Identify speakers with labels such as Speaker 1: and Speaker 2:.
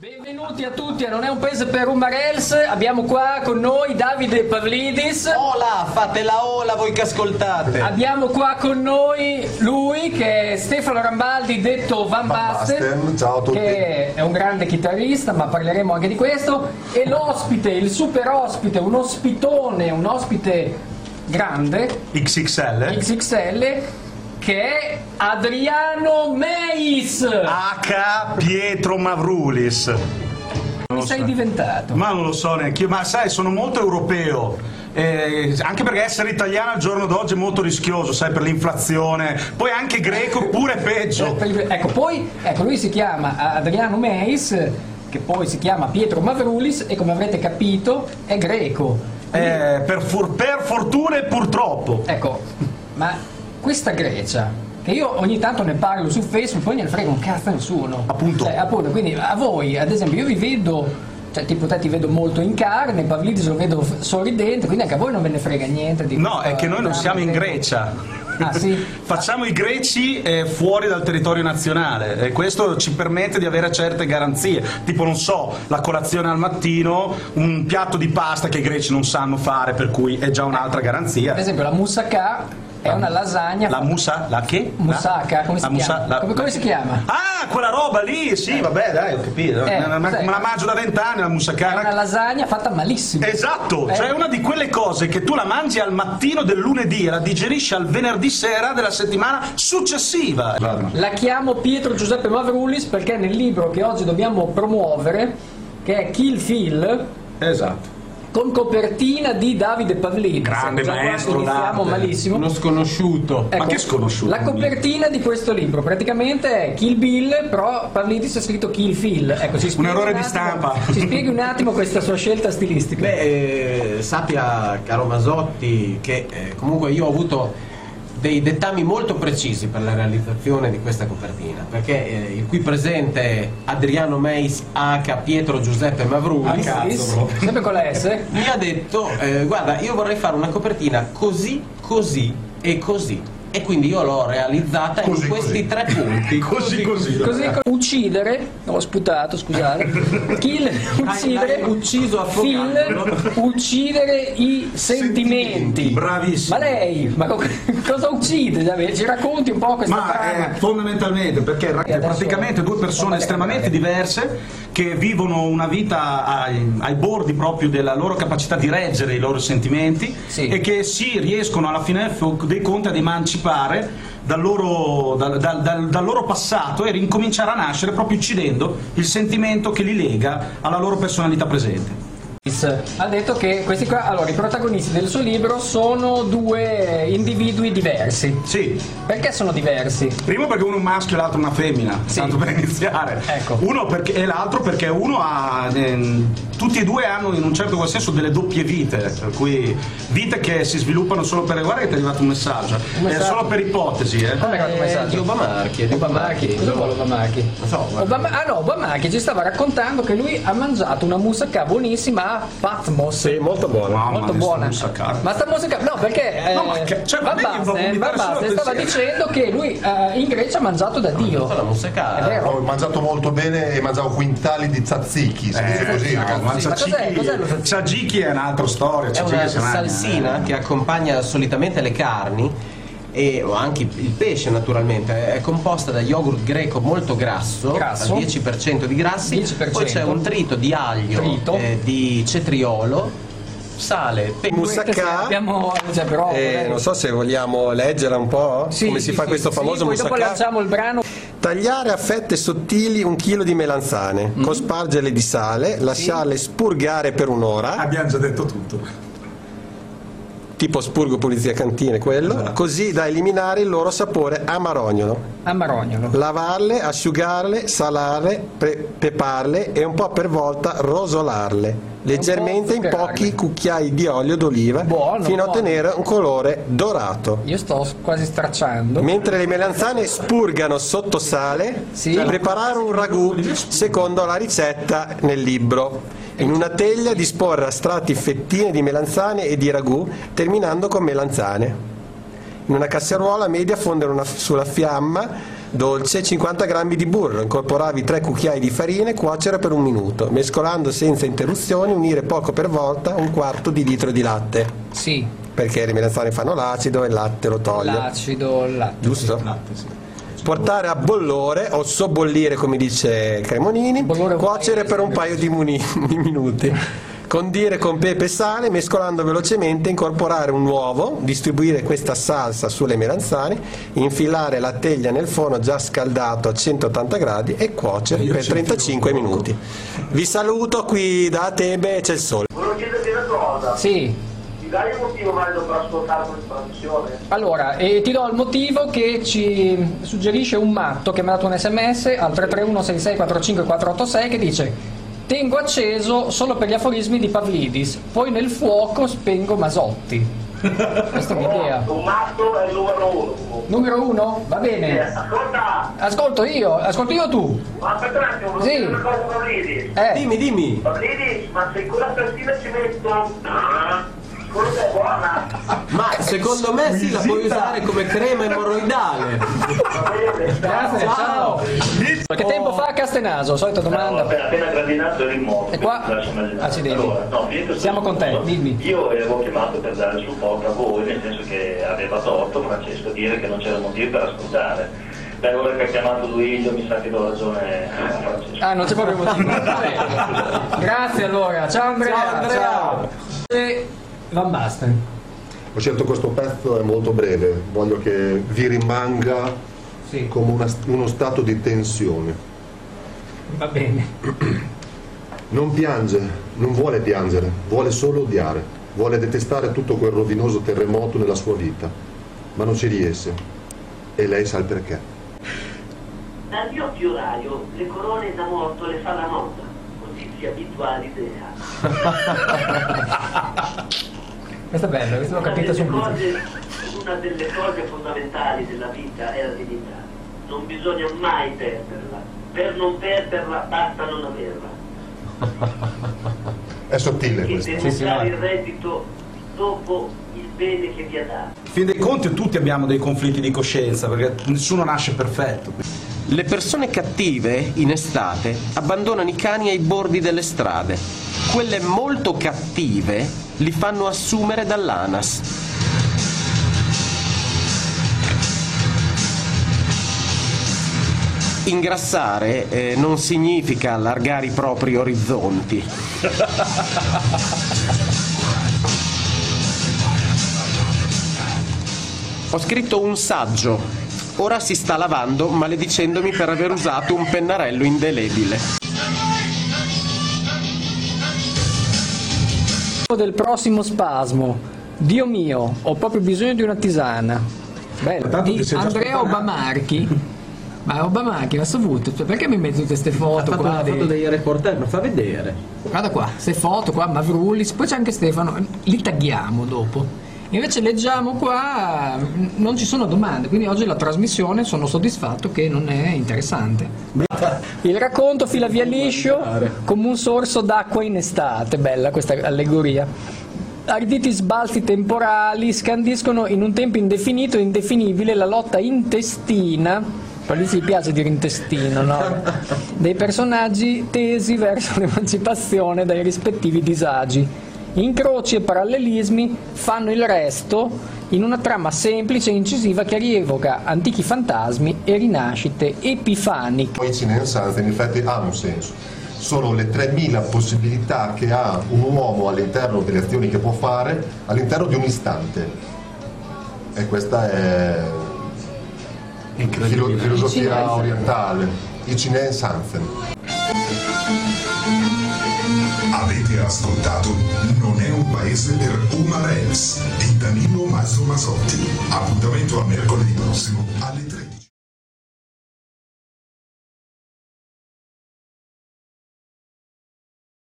Speaker 1: Benvenuti a tutti a Non è un paese per Umarels, abbiamo qua con noi Davide Pavlidis,
Speaker 2: Ola, fate la ola voi che ascoltate.
Speaker 1: abbiamo qua con noi lui che è Stefano Rambaldi detto Van
Speaker 3: Van
Speaker 1: Basten,
Speaker 3: Basten, ciao a tutti.
Speaker 1: che è un grande chitarrista ma parleremo anche di questo, e l'ospite, il super ospite, un ospitone, un ospite grande,
Speaker 4: XXL
Speaker 1: XXL, che è Adriano Meis,
Speaker 4: Ah, H Pietro Mavrulis
Speaker 1: Come sei
Speaker 4: so.
Speaker 1: diventato?
Speaker 4: ma non lo so neanche io ma sai sono molto europeo Eh, anche perché essere italiano al giorno d'oggi è molto rischioso sai per l'inflazione poi anche greco pure
Speaker 1: Eh,
Speaker 4: peggio
Speaker 1: per- Ecco, poi ecco, lui si chiama Adriano Meis, che poi si chiama Pietro Mavrulis e come avrete capito è greco.
Speaker 4: Eh, per, for- per fortuna e purtroppo
Speaker 1: Ecco, ma questa Grecia, che io ogni tanto ne parlo su Facebook, poi ne frega un cazzo a nessuno.
Speaker 4: Appunto.
Speaker 1: Cioè, appunto, quindi a voi, ad esempio, io vi vedo... Cioè, tipo te ti vedo molto in carne, Pavlidis lo vedo f- sorridente, quindi anche a voi non ve ne frega niente. di
Speaker 4: no
Speaker 1: questa
Speaker 4: è che noi non
Speaker 1: dramma
Speaker 4: siamo in
Speaker 1: greca.
Speaker 4: Grecia
Speaker 1: Ah sì?
Speaker 4: Facciamo i greci eh, fuori dal territorio nazionale e questo ci permette di avere certe garanzie, tipo non so, la colazione al mattino, un piatto di pasta che i greci non sanno fare, per cui è già un'altra garanzia.
Speaker 1: Ad esempio la moussaka è una lasagna
Speaker 4: La musa, la che? La-
Speaker 1: Moussaka, come si
Speaker 4: la musa-
Speaker 1: chiama?
Speaker 4: la-
Speaker 1: Come- come si chiama?
Speaker 4: Ah, quella roba lì, sì, vabbè, dai, ho capito.
Speaker 1: Eh,
Speaker 4: Ma- ma-
Speaker 1: cos'è?
Speaker 4: me la mangio da vent'anni
Speaker 1: È
Speaker 4: la
Speaker 1: una
Speaker 4: musacana.
Speaker 1: lasagna fatta malissimo.
Speaker 4: Esatto,
Speaker 1: Eh.
Speaker 4: cioè è una di quelle cose che tu la mangi al mattino del lunedì e la digerisci al venerdì sera della settimana successiva.
Speaker 1: La chiamo Pietro Giuseppe Mavrulis perché nel libro che oggi dobbiamo promuovere, che è Kill Phil,
Speaker 4: Esatto.
Speaker 1: con copertina di Davide Pavlini.
Speaker 4: Grande
Speaker 1: Già qua
Speaker 4: maestro
Speaker 1: iniziamo
Speaker 4: d'arte.
Speaker 1: malissimo.
Speaker 2: Uno sconosciuto.
Speaker 1: Ecco,
Speaker 4: Ma che sconosciuto?
Speaker 1: La copertina di questo libro praticamente è Kill Bill, però Pavlidis ha scritto Kill Phil. Ecco, ci spieghi
Speaker 4: errore di
Speaker 1: attimo-
Speaker 4: stampa.
Speaker 1: Ci spieghi un attimo questa sua scelta stilistica.
Speaker 2: Beh, eh, sappia, caro Masotti, che eh, comunque io ho avuto dei dettami molto precisi per la realizzazione di questa copertina, perché eh, il qui presente Adriano Meis H. Pietro Giuseppe Mavrulis
Speaker 1: Sempre con la S.
Speaker 2: mi ha detto, eh, guarda, io vorrei fare una copertina così, così e così. E quindi io l'ho realizzata
Speaker 3: Così,
Speaker 2: in questi
Speaker 3: così.
Speaker 2: tre punti.
Speaker 3: Così, così.
Speaker 1: Così co- uccidere, ho sputato, scusate. Kill, uccidere,
Speaker 2: l'hai ucciso affogandolo.
Speaker 1: Phil, uccidere i sentimenti.
Speaker 5: Bravissimo.
Speaker 1: Ma lei, ma co- cosa uccide? Davide? Ci racconti un po' questa
Speaker 5: Ma
Speaker 1: trama?
Speaker 5: eh, fondamentalmente perché ra-
Speaker 1: E adesso-
Speaker 4: praticamente due persone estremamente diverse che vivono una vita ai, ai bordi proprio della loro capacità di reggere i loro sentimenti
Speaker 1: Sì.
Speaker 4: e che si riescono alla fine del fo- dei conti ad emancipare dal loro, dal- dal- dal- dal loro passato e ricominciare a nascere proprio uccidendo il sentimento che li lega alla loro personalità presente.
Speaker 1: Ha detto che questi qua, allora i protagonisti del suo libro sono due individui diversi.
Speaker 4: Sì,
Speaker 1: Perché sono diversi?
Speaker 4: Primo perché uno è un maschio e l'altro una femmina,
Speaker 1: Sì.
Speaker 4: tanto per iniziare.
Speaker 1: Ecco.
Speaker 4: Uno perché, e l'altro perché uno ha. ehm, tutti e due hanno in un certo qual senso delle doppie vite, per cui vite che si sviluppano solo per. Guarda che ti è arrivato un messaggio.
Speaker 1: messaggio. Ah,
Speaker 4: È solo per ipotesi, eh.
Speaker 1: Come era il
Speaker 2: Di
Speaker 1: messaggio?
Speaker 2: Obamarchi, di
Speaker 1: Obamarchi, cosa vuole Obamarchi?
Speaker 2: Non so, guarda.
Speaker 1: Obama- ah no, Obamarchi ci stava raccontando che lui ha mangiato una moussaka buonissima a Patmos.
Speaker 5: molto buono.
Speaker 4: Mamma
Speaker 1: molto
Speaker 4: mia, sta
Speaker 1: buona.
Speaker 4: moussaka.
Speaker 1: Ma sta musica. No, perché. eh,
Speaker 4: No, ma che- cioè,
Speaker 1: Van
Speaker 4: a me mi fa
Speaker 1: Basten,
Speaker 4: vomitare
Speaker 1: Van
Speaker 4: solo
Speaker 1: Basten stava
Speaker 4: pensiero.
Speaker 1: dicendo che lui eh, in Grecia ha mangiato da Dio.
Speaker 2: la
Speaker 1: È
Speaker 2: musica.
Speaker 1: vero.
Speaker 3: Ho mangiato molto bene e mangiavo quintali di tzatziki, si dice così,
Speaker 4: no,
Speaker 3: ragazzi.
Speaker 4: Eh, ma
Speaker 1: Sì, ma
Speaker 4: tzatziki-
Speaker 1: cos'è- cos'è lo tzatziki?
Speaker 4: tzatziki è un'altra storia.
Speaker 2: È
Speaker 4: tzatziki
Speaker 2: una
Speaker 4: si mangia.
Speaker 1: eh.
Speaker 4: Eh,
Speaker 2: salsina che accompagna solitamente le carni e o anche il pesce naturalmente è composta da yogurt greco molto grasso,
Speaker 1: Grasso.
Speaker 2: al 10% di grassi
Speaker 1: 10%.
Speaker 2: poi c'è un trito di aglio
Speaker 1: Trito.
Speaker 2: eh, di cetriolo sale pe-
Speaker 5: Moussaka.
Speaker 1: Abbiamo. Cioè, però.
Speaker 5: Eh, non so se vogliamo leggere un po'
Speaker 1: Sì,
Speaker 5: come si
Speaker 1: sì,
Speaker 5: fa
Speaker 1: sì,
Speaker 5: questo
Speaker 1: sì,
Speaker 5: famoso
Speaker 1: poi dopo
Speaker 5: moussaka.
Speaker 1: lanciamo il brano.
Speaker 5: Tagliare a fette sottili un chilo di melanzane,
Speaker 1: Mm-hmm.
Speaker 5: cospargerle di sale, lasciarle spurgare per un'ora,
Speaker 4: Abbiamo già detto tutto.
Speaker 5: tipo spurgo pulizia cantine quello,
Speaker 1: Esatto.
Speaker 5: così da eliminare il loro sapore amarognolo.
Speaker 1: A Marognolo.
Speaker 5: Lavarle, asciugarle, salarle, pre- peparle e un po' per volta rosolarle, leggermente in
Speaker 1: zuccherarle.
Speaker 5: pochi cucchiai di olio d'oliva
Speaker 1: Buono,
Speaker 5: fino a
Speaker 1: buono.
Speaker 5: ottenere un colore dorato.
Speaker 1: Io sto quasi stracciando.
Speaker 5: Mentre le melanzane spurgano sotto sale,
Speaker 1: Sì.
Speaker 5: preparare un ragù secondo la ricetta nel libro. In una teglia disporre a strati fettine di melanzane e di ragù, terminando con melanzane. In una casseruola media fondere una- sulla fiamma dolce 50 grammi di burro, incorporarvi 3 cucchiai di farina e cuocere per un minuto, mescolando senza interruzioni, unire poco per volta un quarto di litro di latte,
Speaker 1: Sì,
Speaker 5: perché le melanzane fanno l'acido e il latte lo toglie.
Speaker 1: l'acido, il latte.
Speaker 5: Giusto?
Speaker 4: Latte, Esatto, sì.
Speaker 5: Portare a bollore o sobbollire, come dice Cremonini,
Speaker 1: Bollore
Speaker 5: cuocere
Speaker 1: vuole-
Speaker 5: per un paio di, muni- di minuti. Condire con pepe e sale, mescolando velocemente, incorporare un uovo, distribuire questa salsa sulle melanzane, infilare la teglia nel forno già scaldato a 180 gradi e cuocere per 35 minuti. Vi saluto qui da Atebe, c'è il sole.
Speaker 6: Volevo chiederti una cosa,
Speaker 1: Sì.
Speaker 6: ti dai un motivo valido per ascoltare questa trasmissione?
Speaker 1: Allora, e ti do il motivo che ci suggerisce un matto che mi ha dato un sms al 331-6645-486 che dice Tengo acceso solo per gli aforismi di Pavlidis, poi nel fuoco spengo Masotti. Questa è un'idea.
Speaker 6: Un matto è il numero uno. comunque.
Speaker 1: Numero uno? Va
Speaker 6: Eh,
Speaker 1: bene.
Speaker 6: Ascolta,
Speaker 1: Ascolto io, ascolto io o tu.
Speaker 6: ma aspetta un attimo, volevo
Speaker 1: Sì.
Speaker 6: dire una cosa a Pavlidis.
Speaker 1: Eh,
Speaker 2: Dimmi, dimmi.
Speaker 6: Pavlidis, ma se in quella cantina ci metto... ah, quello che è buona,
Speaker 2: Ma secondo me sì, la puoi usare come crema emorroidale.
Speaker 6: va bene,
Speaker 1: grazie, ciao. Che tempo fa a Castenaso?
Speaker 2: Eh,
Speaker 1: Solita
Speaker 7: Ho
Speaker 1: domanda.
Speaker 7: appena, appena gradinato il mobile.
Speaker 1: E qua- accidenti.
Speaker 7: Allora, no, finito il
Speaker 1: Siamo con te,
Speaker 7: punto.
Speaker 1: dimmi.
Speaker 7: Io avevo chiamato per dare il supporto a voi, nel senso che aveva torto Francesco a dire che non c'era motivo per ascoltare. Beh, ora che ha chiamato Luigi mi sa che do ragione a Francesco.
Speaker 1: Ah, non c'è proprio motivo. Vabbè. Grazie allora, ciao Andrea.
Speaker 2: Ciao, Andrea.
Speaker 1: E Van Basten.
Speaker 3: Ho scelto questo pezzo, è molto breve, voglio che vi rimanga
Speaker 1: Sì.
Speaker 3: come una- uno stato di tensione.
Speaker 1: Va bene.
Speaker 3: Non piange, non vuole piangere, vuole solo odiare, vuole detestare tutto quel rovinoso terremoto nella sua vita, ma non ci riesce. E lei sa il perché.
Speaker 6: Dal mio fioraio le corone da morto le fa la nota, così si abitua all'idea.
Speaker 1: Questo è bello, questo l'ho
Speaker 6: Una
Speaker 1: capito
Speaker 6: delle
Speaker 1: subito.
Speaker 6: cose- Una delle cose fondamentali della vita è la dignità. Non bisogna mai perderla. Per non perderla basta non averla.
Speaker 3: È sottile
Speaker 6: E
Speaker 3: questo.
Speaker 1: signora.
Speaker 6: denunciare il reddito dopo il bene che vi ha dato.
Speaker 4: Fin dei conti tutti abbiamo dei conflitti di coscienza, perché nessuno nasce perfetto.
Speaker 2: Le persone cattive in estate abbandonano i cani ai bordi delle strade. Quelle molto cattive li fanno assumere dall'ANAS. Ingrassare eh, non significa allargare i propri orizzonti. Ho scritto un saggio. Ora si sta lavando maledicendomi per aver usato un pennarello indelebile.
Speaker 1: Del prossimo spasmo. Dio mio, ho proprio bisogno di una tisana. Bello.
Speaker 4: Tanto ti
Speaker 1: Di
Speaker 4: sei già
Speaker 1: Andrea
Speaker 4: scompanato.
Speaker 1: Obamarchi. Ma Obamarchi, ma saputo, cioè, perché mi metti tutte queste foto qua? dei-
Speaker 2: dei reporter, ma eh, fa vedere.
Speaker 1: Guarda qua, queste foto qua, Mavrullis, poi c'è anche Stefano, li tagghiamo dopo. Invece leggiamo qua, mh, non ci sono domande, quindi oggi la trasmissione sono soddisfatto che non è interessante. Il racconto fila via liscio come un sorso d'acqua in estate, bella questa allegoria. Arditi sbalzi temporali scandiscono in un tempo indefinito e indefinibile la lotta intestina, per lì si piace dire intestino, no? Dei personaggi tesi verso l'emancipazione dai rispettivi disagi. Incroci e parallelismi fanno il resto in una trama semplice e incisiva che rievoca antichi fantasmi e rinascite epifaniche.
Speaker 3: coincidenza in effetti ha un senso. Sono le 3.000 possibilità che ha un uomo all'interno delle azioni che può fare all'interno di un istante. E questa è filo- filosofia orientale, i Chinese Sanzen.
Speaker 8: Avete ascoltato Non è un paese per Uma Rex di Danilo Mazzo Masotti. Appuntamento a mercoledì prossimo alle 13.